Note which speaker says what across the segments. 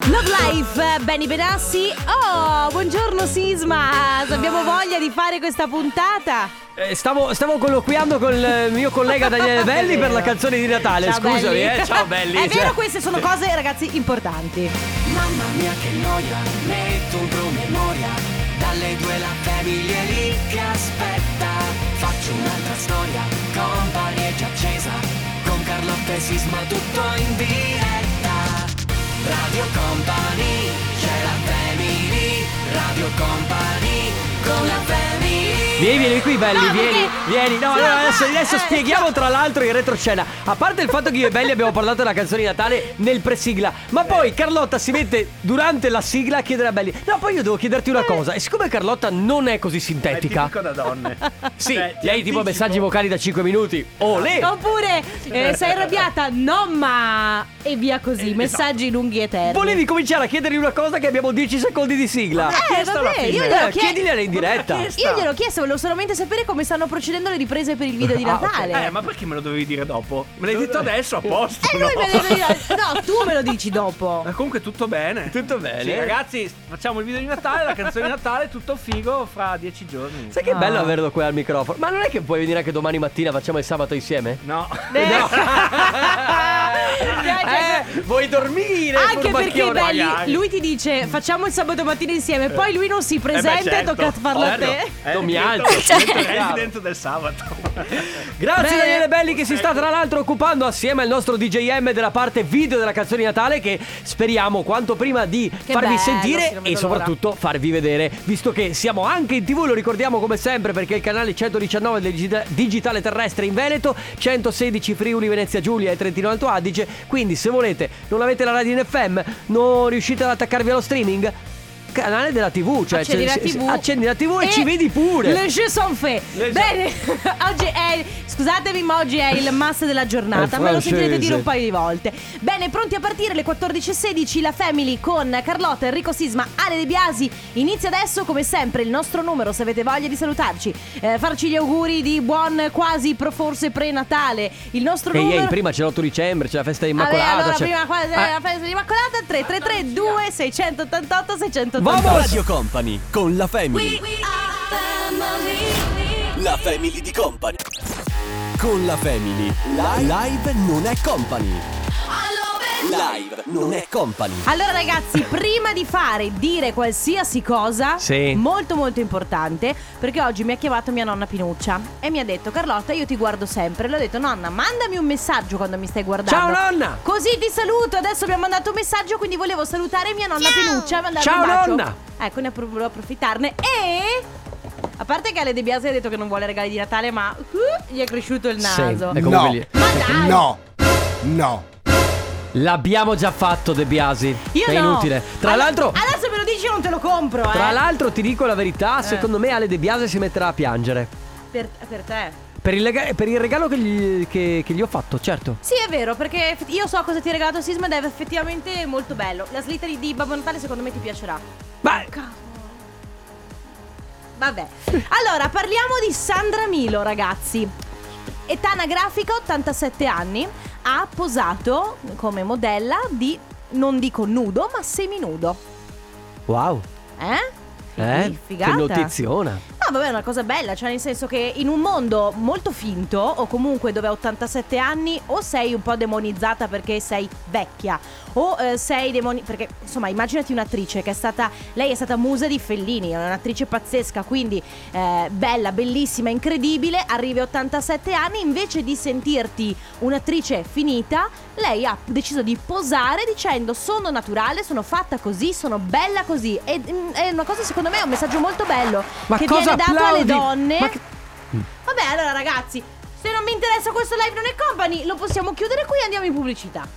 Speaker 1: Love Life, Benny Benassi. Oh, buongiorno Sisma. Se Abbiamo voglia di fare questa puntata.
Speaker 2: Eh, Stavo, stavo colloquiando col eh, mio collega Daniele Belli per la canzone di Natale.
Speaker 1: Ciao,
Speaker 2: Scusami,
Speaker 1: belli.
Speaker 2: eh. Ciao Belli.
Speaker 1: È
Speaker 2: cioè-
Speaker 1: vero, queste sono cose, ragazzi, importanti.
Speaker 3: Mamma mia che noia, metto un promemoria Dalle due la famiglia è lì che aspetta Faccio un'altra storia, company è già accesa Con Carlotta e Sisma tutto in diretta Radio Company, c'è la family Radio Company, con la family
Speaker 2: Vieni, vieni qui, belli,
Speaker 1: No,
Speaker 2: vieni,
Speaker 1: perché-
Speaker 2: vieni. No,
Speaker 1: Sì,
Speaker 2: no,
Speaker 1: ma-
Speaker 2: adesso, adesso
Speaker 1: eh,
Speaker 2: spieghiamo tra l'altro in retroscena. A parte il fatto che io e Belli abbiamo parlato della canzone di Natale nel presigla,
Speaker 1: Eh.
Speaker 2: ma poi Carlotta si mette durante la sigla a chiedere a Belli. No, poi io devo chiederti
Speaker 1: Eh.
Speaker 2: una cosa. E siccome Carlotta non è così sintetica,
Speaker 4: Tipico da donne.
Speaker 2: sì,
Speaker 1: eh,
Speaker 4: Cioè, ti
Speaker 2: lei tipo
Speaker 4: anticipo.
Speaker 2: messaggi vocali da 5 minuti. Olè!
Speaker 1: Oppure eh, sei arrabbiata? No, ma. E via
Speaker 2: Eh,
Speaker 1: così. Messaggi
Speaker 2: esatto.
Speaker 1: lunghi e eterni.
Speaker 2: Volevi cominciare a chiedergli una cosa che abbiamo 10 secondi di sigla.
Speaker 1: Eh,
Speaker 4: alla
Speaker 1: vabbè,
Speaker 4: fine.
Speaker 1: io
Speaker 2: Eh,
Speaker 1: glielo ho chiesto.
Speaker 2: chiedili a lei in diretta.
Speaker 1: Io gliel'ho chiesto, volevo solamente sapere come stanno procedendo le riprese per il video di
Speaker 2: Ah, ok.
Speaker 1: Natale.
Speaker 4: Eh, ma perché me lo dovevi dire dopo? Me l'hai detto adesso, a posto.
Speaker 1: E lui
Speaker 4: no?
Speaker 1: eh, me lo dice. No, tu me lo dici dopo.
Speaker 4: Ma comunque tutto bene.
Speaker 2: Tutto bene.
Speaker 4: Sì, ragazzi, facciamo il video di Natale, la canzone di Natale, tutto figo fra dieci giorni.
Speaker 2: Sai che
Speaker 1: Ah.
Speaker 2: bello averlo qui al microfono. Ma non è che puoi venire anche domani mattina, facciamo il sabato insieme?
Speaker 4: No.
Speaker 1: No. Cioè,
Speaker 2: Eh, vuoi dormire?
Speaker 1: Anche perché
Speaker 2: furbacchione?
Speaker 1: belli,
Speaker 4: magari.
Speaker 1: lui ti dice facciamo il sabato mattina insieme, poi lui non si
Speaker 4: Eh beh,
Speaker 1: presenta e
Speaker 4: certo.
Speaker 1: tocca farlo a
Speaker 4: Ovvio.
Speaker 1: te.
Speaker 4: Eh,
Speaker 2: Non mi
Speaker 4: divento-
Speaker 2: alzo.
Speaker 4: divento
Speaker 2: Certo.
Speaker 4: resident del sabato.
Speaker 2: Grazie
Speaker 1: Beh.
Speaker 2: Daniele Belli che si sta tra l'altro occupando assieme al nostro DJM della parte video della canzone di Natale che speriamo quanto prima di farvi
Speaker 1: bello, sì,
Speaker 2: sentire
Speaker 1: non vedo
Speaker 2: e soprattutto farvi vedere visto che siamo anche in tv lo ricordiamo come sempre perché il canale 119 del digita- digitale terrestre in Veneto 116 Friuli Venezia Giulia e Trentino Alto Adige quindi se volete non avete la radio in FM non riuscite ad attaccarvi allo streaming canale della tv cioè
Speaker 1: accendi la
Speaker 2: se- se-
Speaker 1: TV,
Speaker 2: accendi la TV e, ci vedi pure
Speaker 1: Le jeux sont faits.
Speaker 2: jeux-
Speaker 1: Bene, oggi è. Scusatemi, ma oggi è il must della giornata.
Speaker 2: È
Speaker 1: Me lo sentirete
Speaker 2: francese.
Speaker 1: dire un paio di volte. Bene, pronti a partire le 14.16. La family con Carlotta, Enrico Sisma, Ale De Biasi. Inizia adesso, come sempre, il nostro numero. Se avete voglia di salutarci, eh, farci gli auguri di buon quasi, pro forse pre-Natale. Il nostro
Speaker 2: Ehi,
Speaker 1: numero.
Speaker 2: ehi, prima c'è l'8 dicembre, c'è la festa
Speaker 1: Vabbè,
Speaker 2: immacolata.
Speaker 1: allora,
Speaker 2: c'è-
Speaker 1: prima qua- eh,
Speaker 2: Ah,
Speaker 1: la festa di Immacolata 333 2688 688
Speaker 2: Vamos!
Speaker 5: Company con la Family. La Family di Company. Con la Family. Live, non è Company. Live non è Company.
Speaker 1: Allora ragazzi, prima di fare, dire qualsiasi cosa,
Speaker 2: Sì.
Speaker 1: molto molto importante, perché oggi mi ha chiamato mia nonna Pinuccia e mi ha detto Carlotta io ti guardo sempre, le ho detto nonna mandami un messaggio quando mi stai
Speaker 2: Ciao
Speaker 1: guardando.
Speaker 2: nonna!
Speaker 1: Così ti saluto, adesso abbiamo mandato un messaggio, quindi volevo salutare mia nonna Pinuccia. mandarle
Speaker 2: Ciao,
Speaker 1: un bacio.
Speaker 2: nonna!
Speaker 1: Ecco, ne appro- volevo approfittarne e... A parte che Ale De Biasi ha detto che non vuole regali di Natale, ma uh, gli è cresciuto il naso.
Speaker 2: Sì, ecco
Speaker 6: No.
Speaker 2: lì.
Speaker 1: Ma dai!
Speaker 6: No. No.
Speaker 2: L'abbiamo già fatto De Biasi.
Speaker 1: Io
Speaker 2: è
Speaker 1: no.
Speaker 2: inutile. Tra
Speaker 1: Allora-
Speaker 2: l'altro
Speaker 1: Adesso me lo dici non te lo compro, eh.
Speaker 2: tra l'altro ti dico la verità, secondo me Ale De Biasi si metterà a piangere.
Speaker 1: Per, per te.
Speaker 2: Per il, lega- per il regalo che gli, che- che gli ho fatto, certo.
Speaker 1: Sì, è vero, perché eff- io so cosa ti ha regalato Sisma ed è effettivamente molto bello. La slitta di, di Babbo Natale secondo me ti piacerà.
Speaker 2: Ma
Speaker 1: Vabbè. Allora, parliamo di Sandra Milo, ragazzi. Età anagrafica, 87 anni, ha posato come modella di, non dico nudo, ma seminudo.
Speaker 2: wow.
Speaker 1: Eh?
Speaker 2: Eh?
Speaker 1: Fig-
Speaker 2: Che notiziona.
Speaker 1: No, vabbè, è una cosa bella, cioè nel senso che in un mondo molto finto, o comunque dove a 87 anni, o sei un po' demonizzata perché sei vecchia, o eh, sei demoni... perché insomma immaginati un'attrice che è stata, lei è stata musa di Fellini, è un'attrice pazzesca, quindi eh, bella, bellissima, incredibile, arrivi a 87 anni, invece di sentirti un'attrice finita, lei ha deciso di posare dicendo sono naturale, sono fatta così, sono bella così. E mm, è una cosa secondo me è un messaggio molto bello
Speaker 2: Ma
Speaker 1: che
Speaker 2: cosa
Speaker 1: viene dato alle
Speaker 2: applaudi?
Speaker 1: donne.
Speaker 2: Ma che-
Speaker 1: Vabbè, allora ragazzi, se non vi interessa questo live non è company, lo possiamo chiudere qui e andiamo in pubblicità.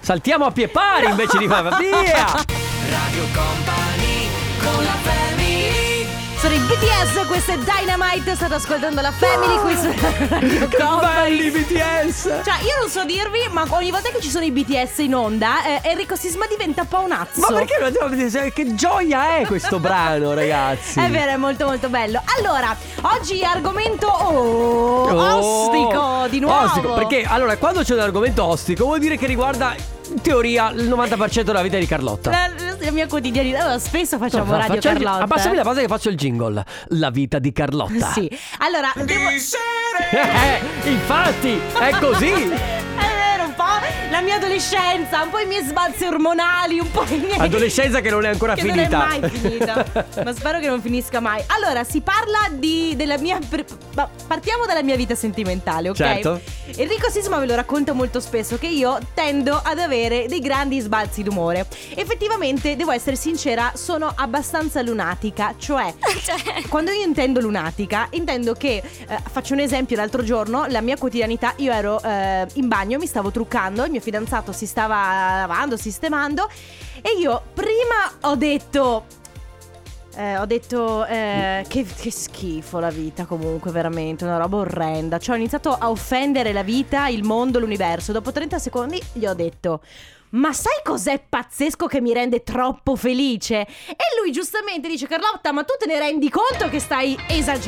Speaker 2: Saltiamo a pie pari invece di fare. Via!
Speaker 3: Radio Company, con la family
Speaker 1: Sono i BTS, questo è Dynamite, state ascoltando la Family, questo è Radio Company.
Speaker 2: Belli BTS!
Speaker 1: Cioè, io non so dirvi, ma ogni volta che ci sono i BTS in onda, eh, Enrico Sisma diventa paonazzo.
Speaker 2: Ma perché non andiamo a vedere- Che gioia è questo brano, ragazzi!
Speaker 1: È vero, è molto molto bello. Allora, oggi argomento oh, ostico di nuovo.
Speaker 2: Ostico, perché allora quando c'è un argomento ostico vuol dire che riguarda in teoria il 90% della vita è di Carlotta.
Speaker 1: La, Eh, la mia quotidianità, allora, spesso facciamo
Speaker 2: Fa-
Speaker 1: radio
Speaker 2: faccia il-
Speaker 1: Carlotta. eh.
Speaker 2: Abbassami la base che faccio il jingle. La vita di Carlotta.
Speaker 1: Sì. Allora, devo...
Speaker 2: Eh, infatti, è così.
Speaker 1: È vero, un po' la mia adolescenza, un po' i miei sbalzi ormonali, un po' i miei...
Speaker 2: Adolescenza che non è ancora
Speaker 1: che
Speaker 2: finita.
Speaker 1: non è mai finita. Ma spero che non finisca mai. Allora, si parla di della mia pre- ma partiamo dalla mia vita sentimentale, ok?
Speaker 2: Certo.
Speaker 1: Enrico Sisma ve lo racconta molto spesso che io tendo ad avere dei grandi sbalzi d'umore. Effettivamente, devo essere sincera, sono abbastanza lunatica, cioè quando io intendo lunatica, intendo che eh, faccio un esempio l'altro giorno, la mia quotidianità, io ero eh, in bagno, mi stavo truccando, il mio fidanzato si stava lavando, sistemando e io prima ho detto eh, ho detto eh, che, che schifo la vita comunque veramente, una roba orrenda. Cioè ho iniziato a offendere la vita, il mondo, l'universo. Dopo 30 secondi gli ho detto ma sai cos'è pazzesco che mi rende troppo felice? E lui giustamente dice Carlotta ma tu te ne rendi conto che stai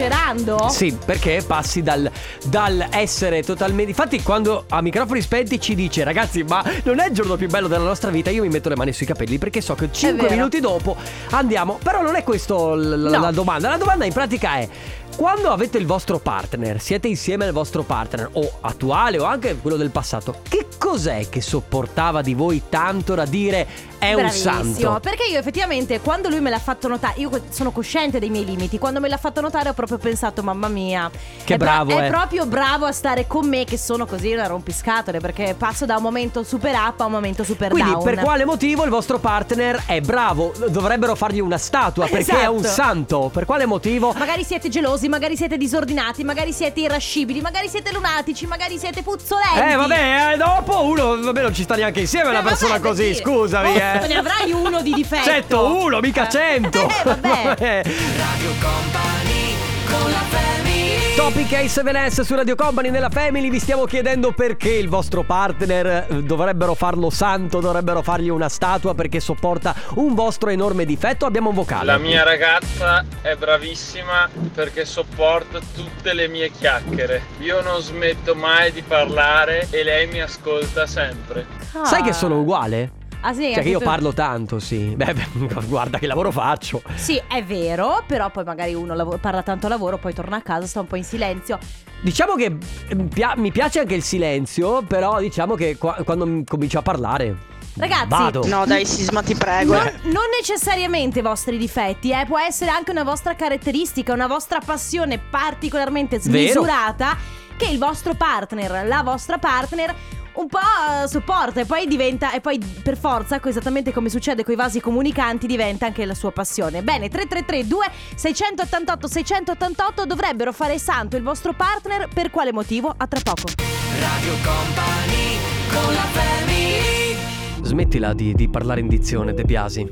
Speaker 1: esagerando?
Speaker 2: Sì, perché passi dal, dal essere totalmente. Infatti, quando a microfoni spenti ci dice, ragazzi, ma non è il giorno più bello della nostra vita, io mi metto le mani sui capelli perché so che 5
Speaker 1: vero.
Speaker 2: minuti dopo andiamo. Però non è questa la,
Speaker 1: No.
Speaker 2: domanda. La domanda in pratica è. Quando avete il vostro partner, siete insieme al vostro partner, o attuale o anche quello del passato, che cos'è che sopportava di voi tanto da dire è un
Speaker 1: Bravissimo,
Speaker 2: santo?
Speaker 1: Perché io effettivamente quando lui me l'ha fatto notare, io co- sono cosciente dei miei limiti, quando me l'ha fatto notare ho proprio pensato, mamma mia,
Speaker 2: Che
Speaker 1: è bra-
Speaker 2: bravo,
Speaker 1: è
Speaker 2: eh.
Speaker 1: proprio bravo a stare con me che sono così una rompiscatole perché passo da un momento super up a un momento super
Speaker 2: Quindi
Speaker 1: down.
Speaker 2: per quale motivo il vostro partner è bravo? Dovrebbero fargli una statua perché è un
Speaker 1: Esatto.
Speaker 2: santo. Per quale motivo?
Speaker 1: Magari siete gelosi, magari siete disordinati, magari siete irascibili, magari siete lunatici, magari siete puzzolenti.
Speaker 2: Eh vabbè, eh, dopo uno vabbè, non ci sta neanche insieme una
Speaker 1: Beh,
Speaker 2: persona
Speaker 1: Eh, vabbè,
Speaker 2: così,
Speaker 1: sì.
Speaker 2: scusami.
Speaker 1: Oh,
Speaker 2: eh. Certo.
Speaker 1: ne avrai uno di difetto.
Speaker 2: 101, mica
Speaker 1: Eh.
Speaker 2: 100.
Speaker 1: Eh, vabbè.
Speaker 3: Radio Company con la family
Speaker 2: Topic Ace 7S su Radio Company nella Family vi stiamo chiedendo perché il vostro partner eh, dovrebbero farlo santo, dovrebbero fargli una statua perché sopporta un vostro enorme difetto. Abbiamo un vocale.
Speaker 6: La mia ragazza è bravissima perché sopporta tutte le mie chiacchiere. Io non smetto mai di parlare e lei mi ascolta sempre.
Speaker 1: Ah.
Speaker 2: Sai che sono uguale?
Speaker 1: Ah, sì,
Speaker 2: Cioè
Speaker 1: anche
Speaker 2: che io
Speaker 1: tu.
Speaker 2: parlo tanto, sì. Beh, beh, guarda che lavoro faccio.
Speaker 1: Sì, è vero, però poi magari uno lav- parla tanto a lavoro, poi torna a casa, sta un po' in silenzio.
Speaker 2: Diciamo che eh, pia- mi piace anche il silenzio, però diciamo che qua- quando m- comincio a parlare
Speaker 1: Ragazzi,
Speaker 2: vado.
Speaker 7: No, dai, Sisma, ti
Speaker 8: Eh,
Speaker 7: prego.
Speaker 1: Non, non necessariamente i vostri difetti, eh, può essere anche una vostra caratteristica, una vostra passione particolarmente
Speaker 2: Vero.
Speaker 1: smisurata che il vostro partner, la vostra partner un po' eh, sopporta e poi diventa e poi per forza, co- esattamente come succede con i vasi comunicanti, diventa anche la sua passione. Bene, 3332 688 688 dovrebbero fare santo il vostro partner per quale motivo? A tra poco.
Speaker 3: Radio Company con la family
Speaker 2: Smettila di, di parlare in dizione, De Biasi.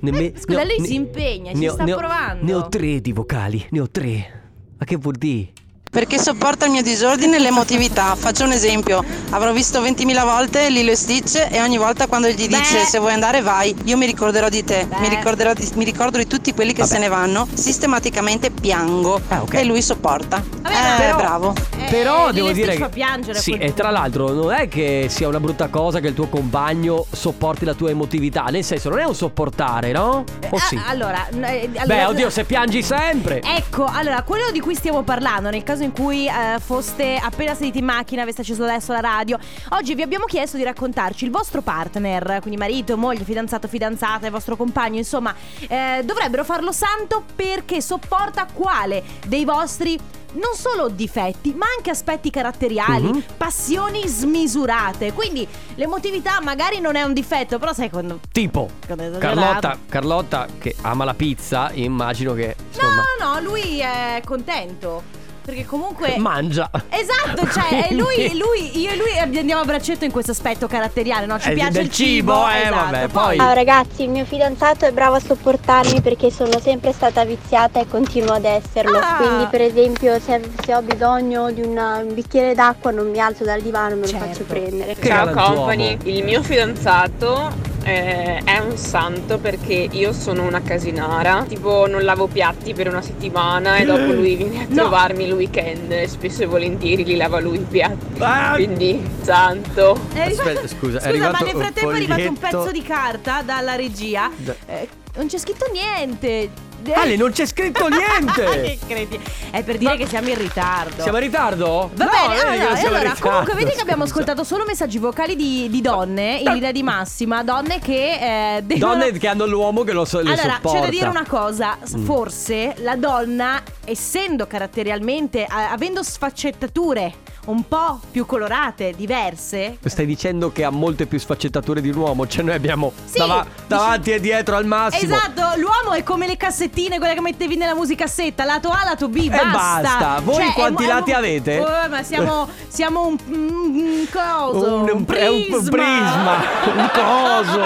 Speaker 2: Nemme-
Speaker 1: Eh, scusa,
Speaker 2: ne ho-
Speaker 1: lei si impegna, ci
Speaker 2: ne ho-
Speaker 1: sta
Speaker 2: ne ho-
Speaker 1: provando.
Speaker 2: Ne ho tre di vocali, ne ho tre. Ma che vuol dire?
Speaker 7: Perché sopporta il mio disordine e l'emotività. Faccio un esempio. Avrò visto 20.000 volte Lilo e Stitch e ogni volta quando gli
Speaker 1: Beh.
Speaker 7: dice se vuoi andare vai, io mi ricorderò di te,
Speaker 1: Beh.
Speaker 7: mi, ricorderò di, mi ricordo di tutti quelli che se ne vanno, sistematicamente piango
Speaker 2: Ah, ok.
Speaker 7: e lui sopporta.
Speaker 1: Vabbè,
Speaker 7: eh,
Speaker 1: però-
Speaker 7: bravo.
Speaker 1: Eh,
Speaker 2: Però
Speaker 1: Lilo
Speaker 2: devo
Speaker 1: e Stitch
Speaker 2: dire che
Speaker 1: fa piangere a
Speaker 2: Sì,
Speaker 1: quel
Speaker 2: e
Speaker 1: punto.
Speaker 2: tra l'altro non è che sia una brutta cosa che il tuo compagno sopporti la tua emotività, nel senso non è un sopportare, no? O
Speaker 1: Ah,
Speaker 2: oh, sì?
Speaker 1: allora, n- eh,
Speaker 2: Beh,
Speaker 1: allora-
Speaker 2: oddio, se piangi sempre.
Speaker 1: Ecco, allora, quello di cui stiamo parlando, nel caso in cui eh, foste appena sediti in macchina, aveste acceso adesso la radio, oggi vi abbiamo chiesto di raccontarci il vostro partner, quindi marito, moglie, fidanzato, fidanzata, il vostro compagno, insomma, eh, dovrebbero farlo santo perché sopporta quale dei vostri non solo difetti, ma anche aspetti caratteriali,
Speaker 2: Mhm.
Speaker 1: passioni smisurate. Quindi l'emotività magari non è un difetto, però sai quando
Speaker 2: Tipo,
Speaker 1: Quando è
Speaker 2: Carlotta,
Speaker 1: esagerato.
Speaker 2: Carlotta che ama la pizza, immagino che insomma,
Speaker 1: No, no, lui è contento. Perché comunque.
Speaker 2: mangia.
Speaker 1: eh. Esatto, cioè è lui,
Speaker 2: Ah, Quindi-
Speaker 1: lui, io e lui andiamo a braccetto in questo aspetto caratteriale, no? Ci
Speaker 2: Eh,
Speaker 1: piace
Speaker 2: del
Speaker 1: il cibo,
Speaker 2: cibo, eh,
Speaker 1: esatto.
Speaker 2: vabbè, poi-
Speaker 9: Ciao ragazzi, il mio fidanzato è bravo a sopportarmi perché sono sempre stata viziata e continuo ad esserlo.
Speaker 1: Ah.
Speaker 9: Quindi per esempio se, se ho bisogno di una- un bicchiere d'acqua non mi alzo dal divano e me lo
Speaker 1: Certo.
Speaker 9: faccio prendere.
Speaker 2: Che
Speaker 10: Ciao
Speaker 2: galantuomo.
Speaker 10: company, il mio fidanzato eh, è un santo perché io sono una casinara, tipo non lavo piatti per una settimana e dopo lui viene a trovarmi il weekend e spesso e volentieri li lava lui i piatti. Quindi santo.
Speaker 1: È arrivato-
Speaker 2: Aspetta, scusa, è
Speaker 1: scusa, ma
Speaker 2: arrivato
Speaker 1: nel
Speaker 2: un
Speaker 1: frattempo è arrivato un
Speaker 2: foglietto.
Speaker 1: pezzo di carta dalla regia.
Speaker 2: Da-
Speaker 1: Eh, non c'è scritto niente. Eh.
Speaker 2: Ale, non c'è scritto niente!
Speaker 1: che credi? È per dire che siamo in ritardo.
Speaker 2: Siamo in ritardo?
Speaker 1: Va
Speaker 2: No,
Speaker 1: bene,
Speaker 2: eh,
Speaker 1: allora,
Speaker 2: siamo in
Speaker 1: allora,
Speaker 2: ritardo,
Speaker 1: comunque vedi che abbiamo
Speaker 2: scusa.
Speaker 1: ascoltato solo messaggi vocali di, di donne in linea di massima, donne che eh, devono...
Speaker 2: Donne che hanno l'uomo che lo so, le
Speaker 1: Allora,
Speaker 2: sopporta. Mm.
Speaker 1: c'è da dire una cosa, S- forse la donna, essendo caratterialmente, a- avendo sfaccettature un po' più colorate, diverse,
Speaker 2: Stai dicendo che ha molte più sfaccettature di un uomo, cioè noi abbiamo
Speaker 1: Sì,
Speaker 2: dava-
Speaker 1: dici-
Speaker 2: davanti e dietro al massimo.
Speaker 1: Esatto, l'uomo è come le cassettine, quelle che mettevi nella musicassetta, lato A, lato B, basta. Cioè,
Speaker 2: basta. Voi
Speaker 1: è
Speaker 2: quanti
Speaker 1: un- è
Speaker 2: lati
Speaker 1: un-
Speaker 2: avete?
Speaker 1: Oh, ma siamo, siamo un, un coso, un,
Speaker 2: è un
Speaker 1: prisma.
Speaker 2: un prisma, un coso.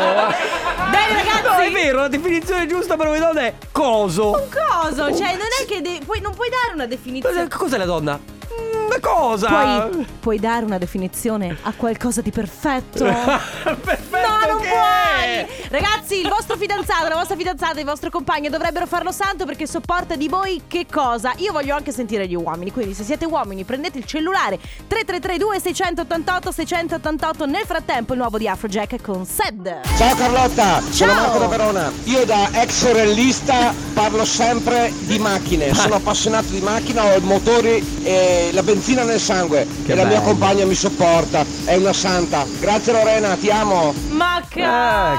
Speaker 1: Dai ragazzi,
Speaker 2: No, è vero, la definizione giusta per una donna è coso.
Speaker 1: un coso, cioè non è che de- puoi- non puoi dare una definizione.
Speaker 2: Cos'è la donna? Una cosa.
Speaker 1: Puoi, puoi dare una definizione a qualcosa di perfetto?
Speaker 2: Perfetto
Speaker 1: No, non
Speaker 2: che è.
Speaker 1: puoi! Ragazzi, il vostro fidanzato, la vostra fidanzata, il vostro compagno dovrebbero farlo santo perché sopporta di voi che cosa? Io voglio anche sentire gli uomini, quindi se siete uomini prendete il cellulare 3332 688 688 nel frattempo il nuovo di Afrojack con Sed.
Speaker 11: Ciao Carlotta, sono
Speaker 1: Ciao.
Speaker 11: Marco da Verona. Io da ex sorellista parlo sempre di
Speaker 2: Ah.
Speaker 11: macchine, sono appassionato di macchina, ho i motori e la benzina nel sangue
Speaker 2: Che
Speaker 11: e la mia
Speaker 2: bello.
Speaker 11: compagna mi sopporta, è una santa. Grazie Lorena, ti amo.
Speaker 1: Ma
Speaker 2: Ah,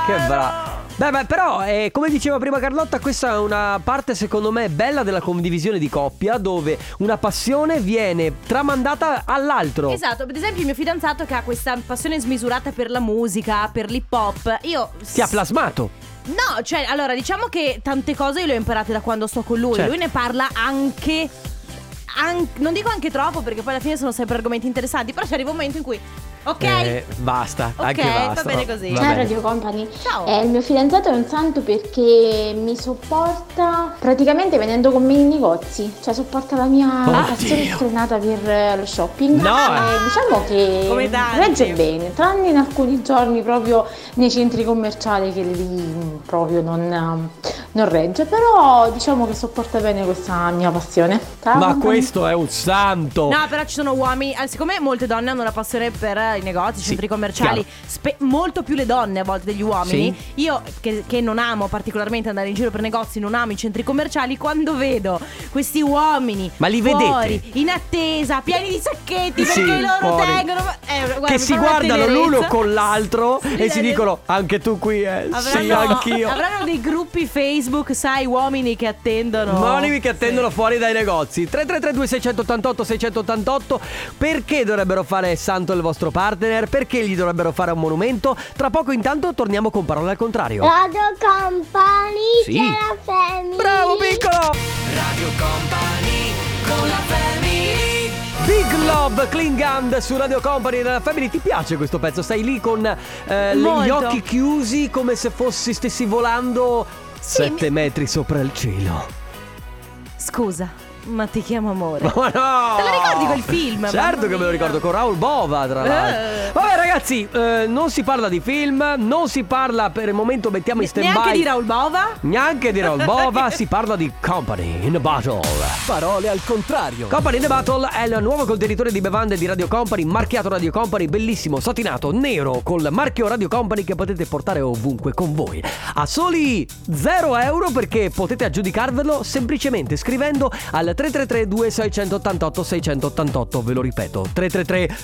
Speaker 2: che
Speaker 1: bravo!
Speaker 2: bravo. Beh, beh, però, eh, come diceva prima Carlotta, questa è una parte, secondo me, bella della condivisione di coppia, dove una passione viene tramandata all'altro.
Speaker 1: Esatto, ad esempio il mio fidanzato che ha questa passione smisurata per la musica, per l'hip hop, io...
Speaker 2: Ti ha plasmato.
Speaker 1: No, cioè, allora diciamo che tante cose io le ho imparate da quando sto con lui.
Speaker 2: Certo.
Speaker 1: Lui ne parla anche. an- non dico anche troppo, perché poi alla fine sono sempre argomenti interessanti. Però ci arriva un momento in cui. Ok.
Speaker 2: Eh, basta,
Speaker 1: Ok,
Speaker 2: anche
Speaker 1: va
Speaker 2: basta.
Speaker 1: bene così.
Speaker 2: Va
Speaker 12: Ciao
Speaker 11: Certo,
Speaker 2: bene.
Speaker 12: Radio Company.
Speaker 1: Ciao.
Speaker 12: Eh, il mio fidanzato è un santo perché mi sopporta praticamente venendo con me in negozi, cioè sopporta la mia
Speaker 2: Oddio.
Speaker 12: passione sfrenata per eh, lo shopping.
Speaker 2: No,
Speaker 12: Eh, diciamo
Speaker 1: Ah. Come
Speaker 12: che
Speaker 1: tanti.
Speaker 12: regge bene, tranne in alcuni giorni proprio nei centri commerciali che lì mm, proprio non, ehm, non regge, però diciamo che sopporta bene questa mia passione. Ciao,
Speaker 2: Ma
Speaker 12: company.
Speaker 2: questo è un santo.
Speaker 1: Ah, No, però ci sono uomini. eh, Siccome molte donne hanno una passione per eh, i negozi, i centri commerciali, spe- molto più le donne a volte degli uomini. Io, che, che non amo particolarmente andare in giro per negozi, non amo i centri commerciali, quando vedo questi uomini
Speaker 2: Ma li
Speaker 1: fuori,
Speaker 2: vedete?
Speaker 1: in attesa, pieni di sacchetti
Speaker 2: Sì,
Speaker 1: perché loro
Speaker 2: fuori.
Speaker 1: tengono. eh, guarda, mi
Speaker 2: che si
Speaker 1: fa una
Speaker 2: guardano
Speaker 1: tenerezza.
Speaker 2: l'uno con l'altro
Speaker 1: Sì,
Speaker 2: e si
Speaker 1: dai,
Speaker 2: dicono anche tu qui, eh. sì,
Speaker 1: Avranno,
Speaker 2: anch'io.
Speaker 1: avranno dei gruppi Facebook, sai, uomini che attendono.
Speaker 2: Monimi che attendono fuori dai negozi 3332 688 688 Perché dovrebbero fare santo il vostro partner? Perché gli dovrebbero fare un monumento? Tra poco intanto torniamo con parole al contrario
Speaker 12: Radio Company,
Speaker 2: Sì. c'è la Bravo piccolo Big Love Clean Gun su Radio Company della Family Ti piace questo pezzo? Stai lì con eh, le- gli
Speaker 1: Molto.
Speaker 2: occhi chiusi come se fossi stessi volando 7 metri sopra il cielo
Speaker 1: Scusa, ma ti chiamo amore.
Speaker 2: Ma no!
Speaker 1: Te lo ricordi quel film?
Speaker 2: Certo
Speaker 1: Mamma
Speaker 2: che me lo
Speaker 1: mia.
Speaker 2: ricordo, con Raul Bova tra l'altro.
Speaker 1: Eh.
Speaker 2: Vabbè ragazzi, eh, non si parla di film, non si parla per il momento, mettiamo in stand by.
Speaker 1: Neanche di Raul Bova?
Speaker 2: Neanche di Raul Bova, si parla di Company in a Battle.
Speaker 5: Parole al contrario.
Speaker 2: Company in a Battle è il nuovo contenitore di bevande di Radio Company, marchiato Radio Company, bellissimo, satinato, nero, col marchio Radio Company che potete portare ovunque con voi. A soli 0 euro perché potete aggiudicarvelo semplicemente scrivendo al 333 2688 688, ve lo ripeto, 333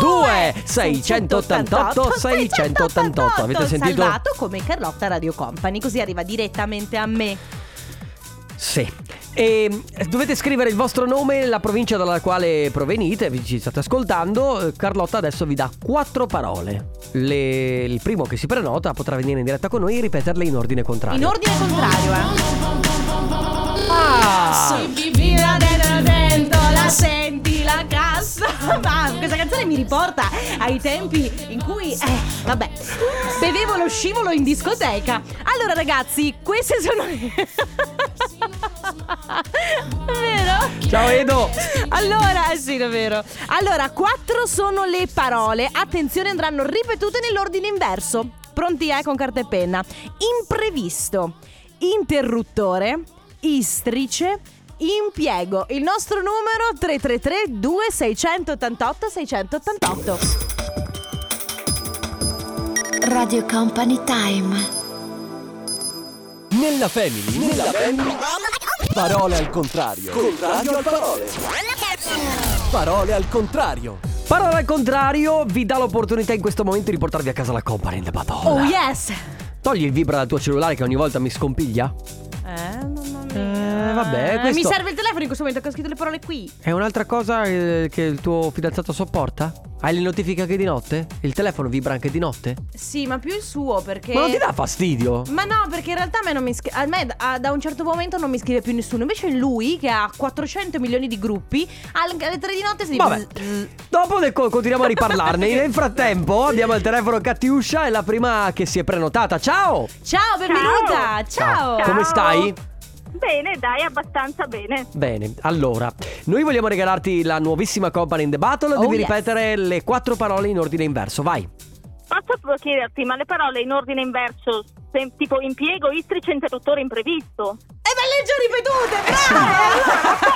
Speaker 2: 2688 688. Avete sentito?
Speaker 1: Salvato come Carlotta Radio Company, così arriva direttamente a me.
Speaker 2: Sì. E mm, dovete scrivere il vostro nome, la provincia dalla quale provenite, vi ci state ascoltando. Eh, Carlotta adesso vi dà quattro parole. Le- il primo che si prenota potrà venire in diretta con noi e ripeterle in ordine contrario.
Speaker 1: In ordine contrario, eh.
Speaker 2: Ah!
Speaker 1: Vira del vento, la senti la cassa. Ma questa canzone mi riporta ai tempi in cui, eh, vabbè, bevevo lo scivolo in discoteca. Allora, ragazzi, queste sono. Vero?
Speaker 2: Ciao Edo!
Speaker 1: Allora, eh sì, davvero. Allora, quattro sono le parole. Attenzione, andranno ripetute nell'ordine inverso. Pronti eh con carta e penna. Imprevisto, interruttore, istrice, impiego. Il nostro numero 333 2688 688.
Speaker 13: Radio Company Time.
Speaker 5: Nella family, nella family. Parole al contrario. Contrario al parole. Parole al contrario.
Speaker 2: Parola al contrario vi dà l'opportunità in questo momento di portarvi a casa la company in the bottle.
Speaker 1: Oh yes.
Speaker 2: Togli il vibra dal tuo cellulare che ogni volta mi scompiglia.
Speaker 1: Eh, mamma
Speaker 2: mia. Eh, vabbè,
Speaker 1: Eh, Mi
Speaker 2: questo-
Speaker 1: serve il telefono in questo momento che ho scritto le parole qui.
Speaker 2: È un'altra cosa eh, che il tuo fidanzato sopporta? Hai le notifiche anche di notte? Il telefono vibra anche di notte?
Speaker 1: Sì, ma più il suo perché
Speaker 2: Ma non ti dà fastidio?
Speaker 1: Ma no, perché in realtà a me, non mi scri- a me d- a- da un certo momento non mi scrive più nessuno. Invece lui, che ha 400 milioni di gruppi, al- alle 3 di notte si
Speaker 2: Vabbè, dopo ne co- continuiamo a riparlarne. Nel frattempo abbiamo al telefono Catiuscia, è la prima che si è prenotata. Ciao! Ah,
Speaker 1: Ciao, benvenuta! Ciao!
Speaker 2: Come stai?
Speaker 14: Bene, dai, abbastanza bene.
Speaker 2: Bene, allora, noi vogliamo regalarti la nuovissima Company in the Battle.
Speaker 14: Oh,
Speaker 2: Devi
Speaker 14: yes.
Speaker 2: ripetere le quattro parole in ordine inverso, vai.
Speaker 14: Posso solo chiederti, ma le parole in ordine inverso, se- tipo impiego, istrice, interruttore, imprevisto?
Speaker 1: E me le già ripetute,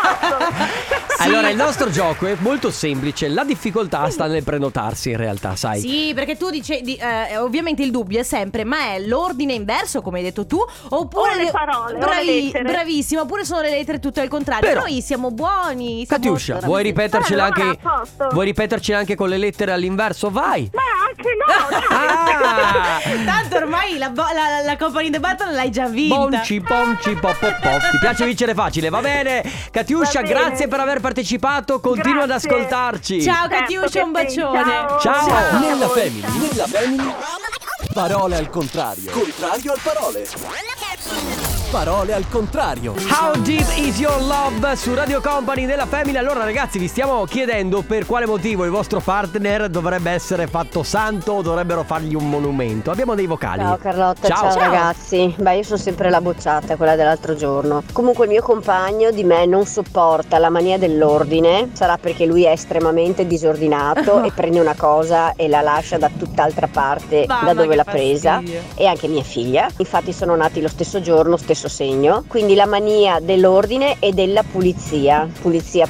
Speaker 2: Allora, il nostro gioco è molto semplice. La difficoltà sta nel prenotarsi, in realtà, sai.
Speaker 1: Sì, perché tu dici, di- eh, ovviamente il dubbio è sempre, ma è l'ordine inverso, come hai detto tu, oppure
Speaker 14: O le parole, o le lettere.
Speaker 1: bravissimo, oppure sono le lettere tutto al contrario.
Speaker 2: Però-
Speaker 1: Noi siamo buoni. Siamo
Speaker 2: Catiuscia, vuoi ripetercela
Speaker 1: Allora,
Speaker 2: anche.
Speaker 1: a posto.
Speaker 2: Vuoi ripetercela anche con le lettere all'inverso? Vai!
Speaker 14: Ma anche no!
Speaker 2: Ah!
Speaker 1: Tanto ormai la, bo- la, la Company in the Battle l'hai già vinta.
Speaker 2: Bonci, ponci, po, po, po. Ti piace vincere facile, va bene? Catiuscia,
Speaker 1: Va bene.
Speaker 2: grazie per aver partecipato. Continua
Speaker 1: Grazie.
Speaker 2: ad ascoltarci.
Speaker 1: Ciao, Catiuscia,
Speaker 14: Certo,
Speaker 1: un bacione.
Speaker 2: Ciao.
Speaker 5: Nella family, nella family. Parole al contrario. Contrario al parole. Parole al contrario.
Speaker 2: How deep is your love su Radio Company della Family? Allora ragazzi vi stiamo chiedendo per quale motivo il vostro partner dovrebbe essere fatto santo o dovrebbero fargli un monumento. Abbiamo dei vocali.
Speaker 15: Ciao Carlotta, ciao, ragazzi. Beh, io sono sempre la bocciata, quella dell'altro giorno. Comunque il mio compagno di me non sopporta la mania dell'ordine, sarà perché lui è estremamente disordinato e prende una cosa e la lascia da tutt'altra parte
Speaker 16: Mamma,
Speaker 15: da dove
Speaker 16: che
Speaker 15: l'ha presa.
Speaker 16: fastidio.
Speaker 15: E anche mia figlia. Infatti sono nati lo stesso giorno, stesso segno. Quindi la mania dell'ordine e della pulizia. Pulizia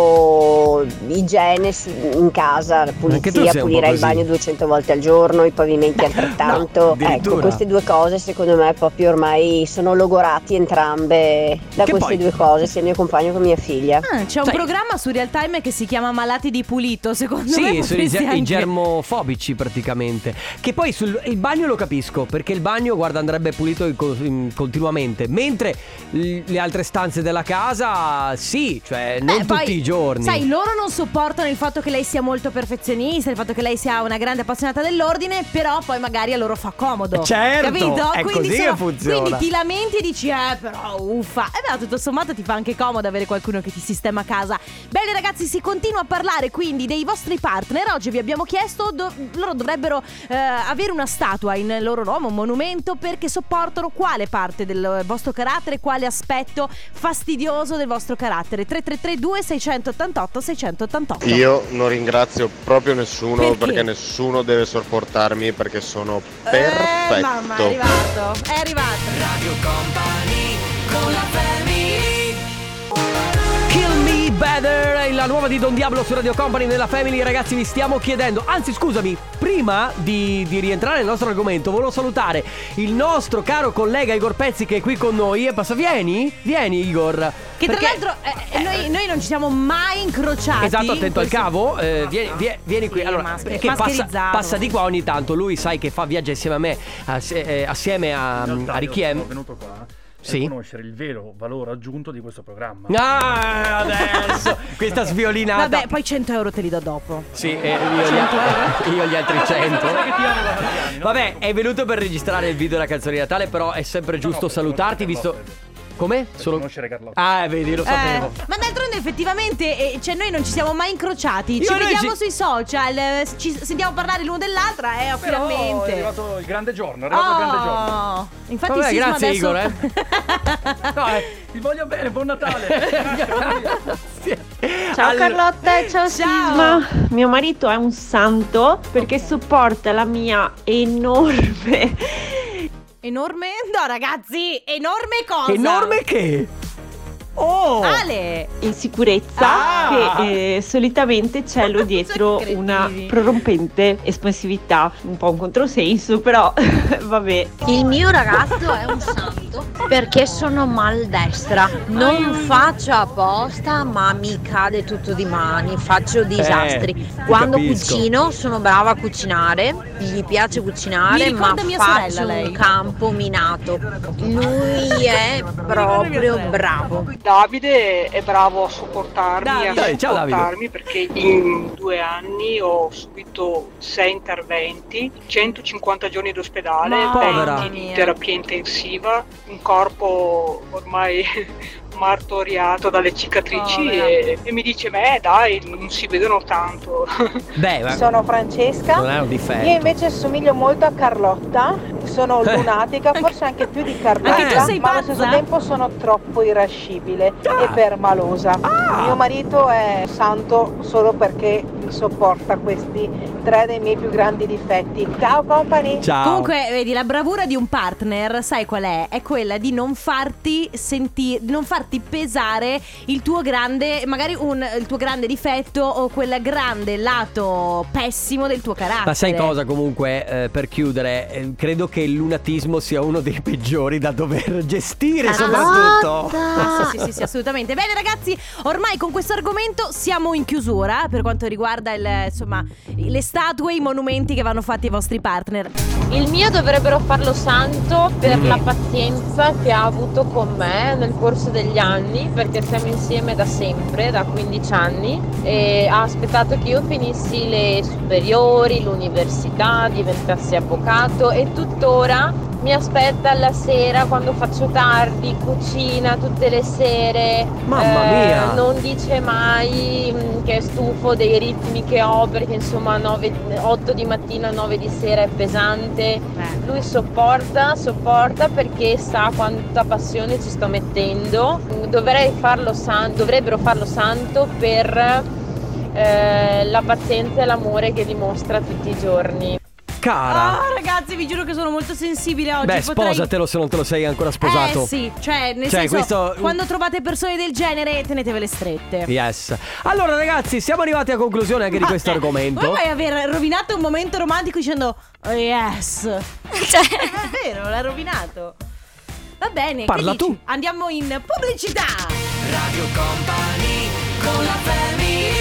Speaker 15: proprio igiene su- in casa,
Speaker 2: Anche tu
Speaker 15: pulizia,
Speaker 2: sei un po'
Speaker 15: pulire il
Speaker 2: così.
Speaker 15: bagno 200 volte al giorno, i pavimenti altrettanto. ecco,
Speaker 2: addirittura.
Speaker 15: queste due cose secondo me proprio ormai sono logorati entrambe da
Speaker 1: Che
Speaker 15: queste
Speaker 1: poi-
Speaker 15: due cose, sia mio compagno che mia figlia.
Speaker 1: Ah, C'è un programma su Real Time che si chiama Malati di Pulito, secondo me.
Speaker 2: Sì, sono i,
Speaker 1: potresti
Speaker 2: ge- i
Speaker 1: anche-
Speaker 2: germofobici praticamente. Che poi sul il bagno lo capisco, perché il bagno, guarda, andrebbe pulito in co- in- continuamente. Mentre l- le altre stanze della casa, sì, cioè non
Speaker 1: Eh,
Speaker 2: tutti
Speaker 1: poi,
Speaker 2: i giorni.
Speaker 1: Sai, loro non sopportano il fatto che lei sia molto perfezionista, il fatto che lei sia una grande appassionata dell'ordine, però poi magari a loro fa comodo.
Speaker 2: Certo,
Speaker 1: capito?
Speaker 2: è
Speaker 1: quindi
Speaker 2: così che
Speaker 1: sono-
Speaker 2: funziona.
Speaker 1: Quindi ti lamenti e dici, eh, però uffa. E beh, tutto sommato ti fa anche comodo avere qualcuno che ti sistema a casa. Bene, ragazzi, si continua a parlare quindi dei vostri partner. Oggi vi abbiamo chiesto, do- loro dovrebbero eh, avere una statua in loro nome, un monumento, perché sopportano quale parte del vostro carattere, quale aspetto fastidioso del vostro carattere. 3332 688 688.
Speaker 17: Io non ringrazio proprio nessuno
Speaker 1: Perché?
Speaker 17: perché, nessuno deve sopportarmi perché sono
Speaker 1: Eh,
Speaker 17: perfetto.
Speaker 1: mamma, è arrivato. È arrivato. Radio Company con la
Speaker 2: Kill Me Better è la nuova di Don Diablo su Radio Company nella Family ragazzi vi stiamo chiedendo anzi scusami prima di, di rientrare nel nostro argomento volevo salutare il nostro caro collega Igor Pezzi che è qui con noi e passa vieni vieni Igor
Speaker 1: Che tra l'altro eh, noi, noi non ci siamo mai incrociati.
Speaker 2: Esatto, attento al
Speaker 1: Questo- Ah,
Speaker 2: cavo. eh, vieni, vie- vieni qui. Allora,
Speaker 1: mascher-
Speaker 2: perché passa,
Speaker 1: mascherizzato.
Speaker 2: passa di qua ogni tanto. Lui sai che fa viaggi insieme a me, ass- eh, assieme a, a Ricky M.
Speaker 4: Sono venuto qua
Speaker 2: Sì.
Speaker 4: per conoscere il vero valore aggiunto di questo programma.
Speaker 2: Ah, adesso questa sviolinata.
Speaker 1: Vabbè, poi 100 euro te li do dopo.
Speaker 2: Sì, eh, io,
Speaker 1: eh?
Speaker 2: gli, io gli altri 100. Vabbè, è venuto per registrare il video della canzone di Natale, però è sempre giusto salutarti visto... Come? Solo... conoscere Carlotta. Ah, vedi, lo sapevo.
Speaker 1: Eh, ma d'altronde effettivamente eh, cioè noi non ci siamo mai incrociati.
Speaker 4: Io
Speaker 1: ci
Speaker 4: e noi
Speaker 1: vediamo
Speaker 4: ci-
Speaker 1: sui social, eh, ci sentiamo parlare l'uno dell'altra e
Speaker 4: Però è
Speaker 1: finalmente.
Speaker 4: arrivato il grande giorno, è arrivato il
Speaker 18: Ah.
Speaker 4: grande giorno.
Speaker 1: Oh, infatti
Speaker 4: Vabbè,
Speaker 1: Sisma
Speaker 4: grazie,
Speaker 1: adesso...
Speaker 4: Igor, eh. No, eh, ti voglio bene, buon Natale.
Speaker 14: Ciao
Speaker 2: Allora-
Speaker 14: Carlotta e ciao, Sisma. Mio marito è un santo perché sopporta la mia enorme
Speaker 1: Enorme? No, ragazzi, enorme cosa?
Speaker 2: Enorme che? Oh!
Speaker 1: Ale!
Speaker 14: insicurezza
Speaker 1: Ah!
Speaker 14: che eh, solitamente c'è dietro una prorompente espansività, un po' un controsenso, però vabbè.
Speaker 8: Il mio ragazzo è un santo perché sono maldestra.
Speaker 14: Ah.
Speaker 8: Non faccio apposta, ma mi cade tutto di mani, faccio disastri.
Speaker 14: Eh, ti
Speaker 8: Quando
Speaker 14: capisco.
Speaker 8: cucino sono brava a cucinare, gli piace cucinare,
Speaker 14: Mi
Speaker 8: ma
Speaker 14: ricorda mia
Speaker 8: faccio
Speaker 14: sorella, lei.
Speaker 8: un campo minato. Lui è proprio bravo.
Speaker 18: Davide è bravo a sopportarmi, a
Speaker 2: Dai, ciao, Davide.
Speaker 18: supportarmi, perché in due anni ho subito sei interventi, 150 giorni d'ospedale,
Speaker 2: Povera.
Speaker 18: 20 di terapia intensiva, un corpo ormai martoriato dalle cicatrici e, e mi dice, beh dai, non si vedono tanto.
Speaker 2: Beh, ma-
Speaker 19: Sono Francesca.
Speaker 2: Non è un difetto.
Speaker 19: Io invece somiglio molto a Carlotta. Sono lunatica, forse anche più di Carlotta,
Speaker 2: Anche tu sei
Speaker 19: ma allo stesso
Speaker 2: pazza? Ah.
Speaker 19: tempo sono troppo irascibile e permalosa. Mio marito è santo solo perché mi sopporta questi tre dei miei più grandi difetti. Ciao company.
Speaker 2: Ah,
Speaker 1: Comunque, vedi, la bravura di un partner, sai qual è? È quella di non farti sentire, non farti pesare il tuo grande, magari un, il tuo grande difetto o quel grande lato pessimo del tuo carattere.
Speaker 2: Ma sai cosa comunque, eh, per chiudere, eh, credo che il lunatismo sia uno dei peggiori da dover gestire soprattutto.
Speaker 1: Ah. Sì, sì, sì, sì, assolutamente. Bene, ragazzi, ormai con questo argomento siamo in chiusura per quanto riguarda il, insomma, le statue, i monumenti che vanno fatti ai vostri partner.
Speaker 15: Il mio dovrebbero farlo santo
Speaker 2: Mm.
Speaker 15: per la pazienza che ha avuto con me nel corso degli anni, perché siamo insieme da sempre, da 15 anni, e ha aspettato che io finissi le superiori, l'università, diventassi avvocato e tuttora mi aspetta alla sera quando faccio tardi, cucina tutte le sere. eh,
Speaker 2: Mamma mia!
Speaker 15: Non dice mai mm, che è stufo dei ritmi che ho perché insomma 8 di mattina, 9 di sera è pesante. Lui sopporta, sopporta perché sa quanta passione ci sto mettendo. Dovrei farlo san- dovrebbero farlo santo per eh, la pazienza e l'amore che dimostra tutti i giorni.
Speaker 2: Cara.
Speaker 1: Ah, ragazzi, vi giuro che sono molto sensibile oggi.
Speaker 2: Beh,
Speaker 1: potrei-
Speaker 2: sposatelo se non te lo sei ancora sposato.
Speaker 1: Eh sì, cioè, nel
Speaker 2: Cioè,
Speaker 1: senso,
Speaker 2: questo-
Speaker 1: quando trovate persone del genere, tenetevele strette. Ah,
Speaker 2: Yes. Allora, ragazzi, siamo arrivati a conclusione anche di questo
Speaker 1: eh, Voi
Speaker 2: argomento.
Speaker 1: puoi aver rovinato un momento romantico dicendo oh, yes. Cioè, è vero, l'ha rovinato. Va bene, che
Speaker 2: Parla
Speaker 1: dici?
Speaker 2: tu.
Speaker 1: Andiamo in pubblicità.
Speaker 3: Radio Company con la family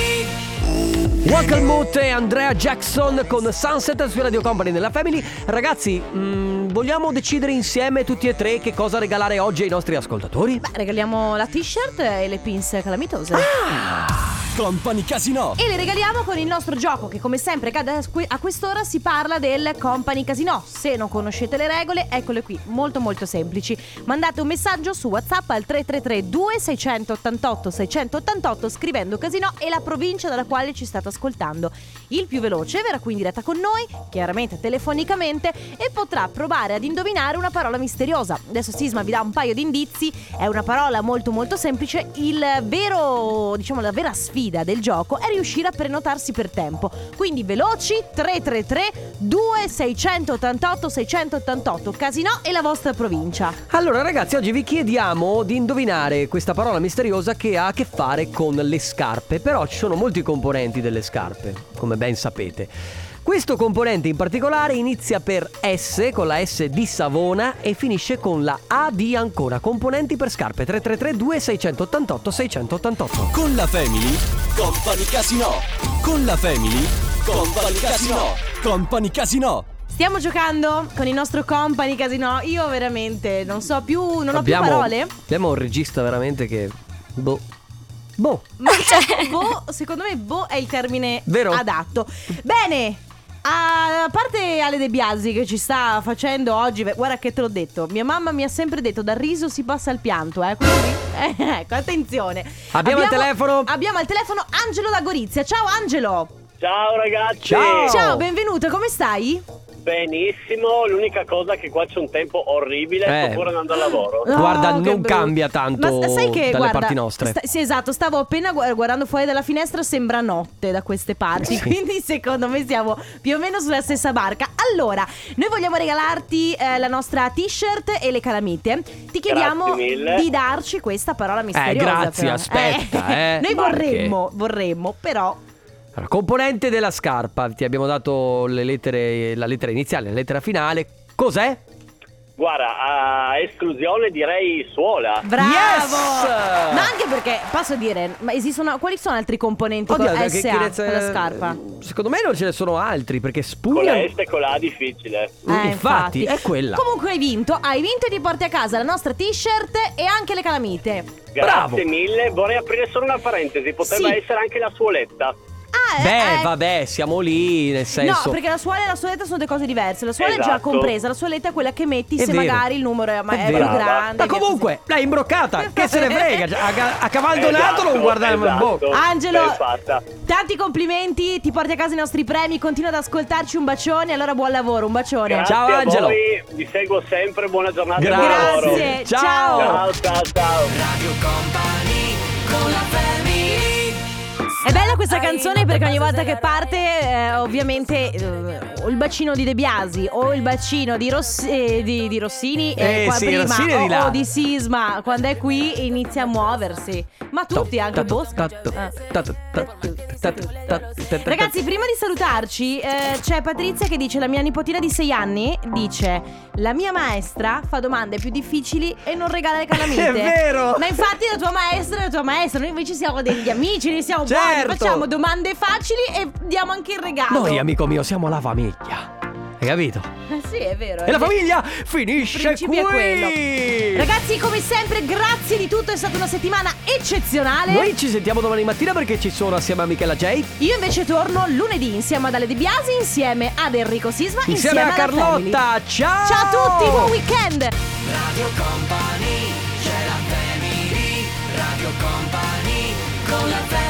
Speaker 2: Welcome Mood e Andrea Jackson con Sunset su Radio Company nella Family. Ragazzi, mm, vogliamo decidere insieme tutti e tre che cosa regalare oggi ai nostri ascoltatori?
Speaker 1: Beh, regaliamo la t-shirt e le pins
Speaker 2: Ah,
Speaker 1: calamitose.
Speaker 5: Company Casino.
Speaker 1: E le regaliamo con il nostro gioco che come sempre cade a squi- a quest'ora si parla del Company Casino. Se non conoscete le regole, eccole qui, molto molto semplici. Mandate un messaggio su WhatsApp al 333 2688 688 scrivendo Casino e la provincia dalla quale ci state ascoltando. Il più veloce verrà qui in diretta con noi, chiaramente telefonicamente, e potrà provare ad indovinare una parola misteriosa. Adesso Sisma vi dà un paio di indizi, è una parola molto molto semplice. Il vero, diciamo, la vera sfida del gioco è riuscire a prenotarsi per tempo. Quindi veloci 333 2688 688 Casino e la vostra provincia.
Speaker 2: Allora, ragazzi, oggi vi chiediamo di indovinare questa parola misteriosa che ha a che fare con le scarpe. Però ci sono molti componenti delle scarpe, come ben sapete. Questo componente in particolare inizia per S con la S di Savona e finisce con la A di Ancona. Componenti per scarpe 333 2688 688.
Speaker 5: Con la Family, Company Casino. Con la Family, Company Casino. Company Casino.
Speaker 1: Stiamo giocando con il nostro company Casino. Io veramente non so più, non ho più parole.
Speaker 2: Abbiamo un regista veramente che boh boh.
Speaker 1: Ma boh, secondo me boh è il termine
Speaker 2: Vero.
Speaker 1: adatto. Bene. A parte Ale De Biasi che ci sta facendo oggi, beh, guarda che te l'ho detto, mia mamma mi ha sempre detto dal riso si passa al pianto, eh. Quello lì- eh, ecco, attenzione.
Speaker 2: Abbiamo al telefono?
Speaker 1: Abbiamo al telefono Angelo da Gorizia. Ciao Angelo.
Speaker 20: Ciao ragazzi.
Speaker 2: Ciao.
Speaker 1: Ciao, benvenuto, come stai?
Speaker 4: benissimo, l'unica cosa è che qua c'è un tempo orribile,
Speaker 2: Eh.
Speaker 4: sto pure andando al lavoro.
Speaker 2: guarda,
Speaker 1: che
Speaker 2: non
Speaker 1: brutto.
Speaker 2: cambia tanto
Speaker 1: Ma sai che
Speaker 2: dalle
Speaker 1: guarda,
Speaker 2: parti nostre.
Speaker 1: sta- sì, esatto, stavo appena gu- guardando fuori dalla finestra, sembra notte da queste parti,
Speaker 2: Sì.
Speaker 1: quindi secondo me siamo più o meno sulla stessa barca. Allora, noi vogliamo regalarti eh, la nostra t-shirt e le calamite. Ti chiediamo
Speaker 2: mille.
Speaker 1: di darci questa parola misteriosa.
Speaker 2: Eh, grazie,
Speaker 1: però.
Speaker 2: aspetta, eh.
Speaker 1: Noi
Speaker 2: Perché?
Speaker 1: vorremmo, vorremmo, però
Speaker 2: Allora, componente della scarpa, ti abbiamo dato le lettere, la lettera iniziale, la lettera finale. Cos'è?
Speaker 4: Guarda, a esclusione direi suola.
Speaker 1: Bravo! Ma anche perché posso dire, ma esistono quali sono altri componenti con
Speaker 2: Oddio,
Speaker 1: SA
Speaker 2: che- che ne- eh,
Speaker 1: con la scarpa?
Speaker 2: Secondo me non ce ne sono altri perché
Speaker 4: Con
Speaker 2: spugna.
Speaker 4: la S e con la A difficile.
Speaker 2: Eh, infatti, è quella.
Speaker 1: Comunque hai vinto, hai vinto e ti porti a casa la nostra t-shirt e anche le calamite.
Speaker 4: Grazie
Speaker 2: Bravo.
Speaker 4: mille, vorrei aprire solo una parentesi, potrebbe
Speaker 1: Sì.
Speaker 4: essere anche la suoletta.
Speaker 2: Beh, vabbè, siamo lì, nel senso.
Speaker 1: Ah, eh, ecco. No, perché la suola e la soletta sono due cose diverse. La suola è già
Speaker 2: Esatto.
Speaker 1: compresa, la soletta è quella che metti
Speaker 2: È
Speaker 1: se
Speaker 2: vero.
Speaker 1: magari il numero è, ma
Speaker 2: È
Speaker 1: è più
Speaker 2: vero.
Speaker 1: grande.
Speaker 2: Ma
Speaker 1: via
Speaker 2: comunque, l'hai imbroccata. Che se ne frega? Cioè, A, ca- a cavallo nato
Speaker 4: Esatto,
Speaker 2: non guardare in bocca.
Speaker 4: esatto.
Speaker 1: Angelo,
Speaker 4: Ben fatta.
Speaker 1: Tanti complimenti, ti porti a casa i nostri premi, continua ad ascoltarci, un bacione, allora buon lavoro, un bacione.
Speaker 4: esatto. Grazie a voi, vi seguo sempre, buona giornata.
Speaker 1: Grazie.
Speaker 4: buon lavoro.
Speaker 1: Grazie, ciao.
Speaker 4: Ciao, ciao, ciao.
Speaker 1: È bella questa canzone perché ogni volta che parte eh, ovviamente eh, o il bacino di De Biasi o il bacino di, Ross- eh, di- di Rossini
Speaker 2: Eh,
Speaker 1: qua
Speaker 2: sì,
Speaker 1: prima,
Speaker 2: Rossini è di
Speaker 1: o-
Speaker 2: là.
Speaker 1: o di Sisma quando è qui inizia a muoversi ma tutti anche Bosco cioè, eh. Ragazzi, prima di salutarci, eh, c'è Patrizia che dice: La mia nipotina di 6 anni dice: La mia maestra fa domande più difficili e non regala le calamite.
Speaker 2: È vero!
Speaker 1: Ma infatti, la tua maestra è la tua maestra. Noi invece siamo degli amici, noi siamo
Speaker 2: Certo!
Speaker 1: buoni, facciamo domande facili e diamo anche il regalo.
Speaker 2: Noi, amico mio, siamo la famiglia. Hai capito?
Speaker 1: Eh sì, è vero.
Speaker 2: E la
Speaker 1: eh.
Speaker 2: famiglia finisce
Speaker 1: Principio
Speaker 2: qui.
Speaker 1: è quello. Ragazzi, come sempre, grazie di tutto, è stata una settimana eccezionale.
Speaker 2: Noi ci sentiamo domani mattina perché ci sono assieme a Michela J.
Speaker 1: Io invece torno lunedì insieme ad Ale De Biasi, insieme ad Enrico Sisma, insieme,
Speaker 2: Insieme a
Speaker 1: alla
Speaker 2: Carlotta.
Speaker 1: Family.
Speaker 2: Ciao!
Speaker 1: Ciao a tutti, buon weekend!
Speaker 3: Radio Company, c'è la family, Radio Company, con la family.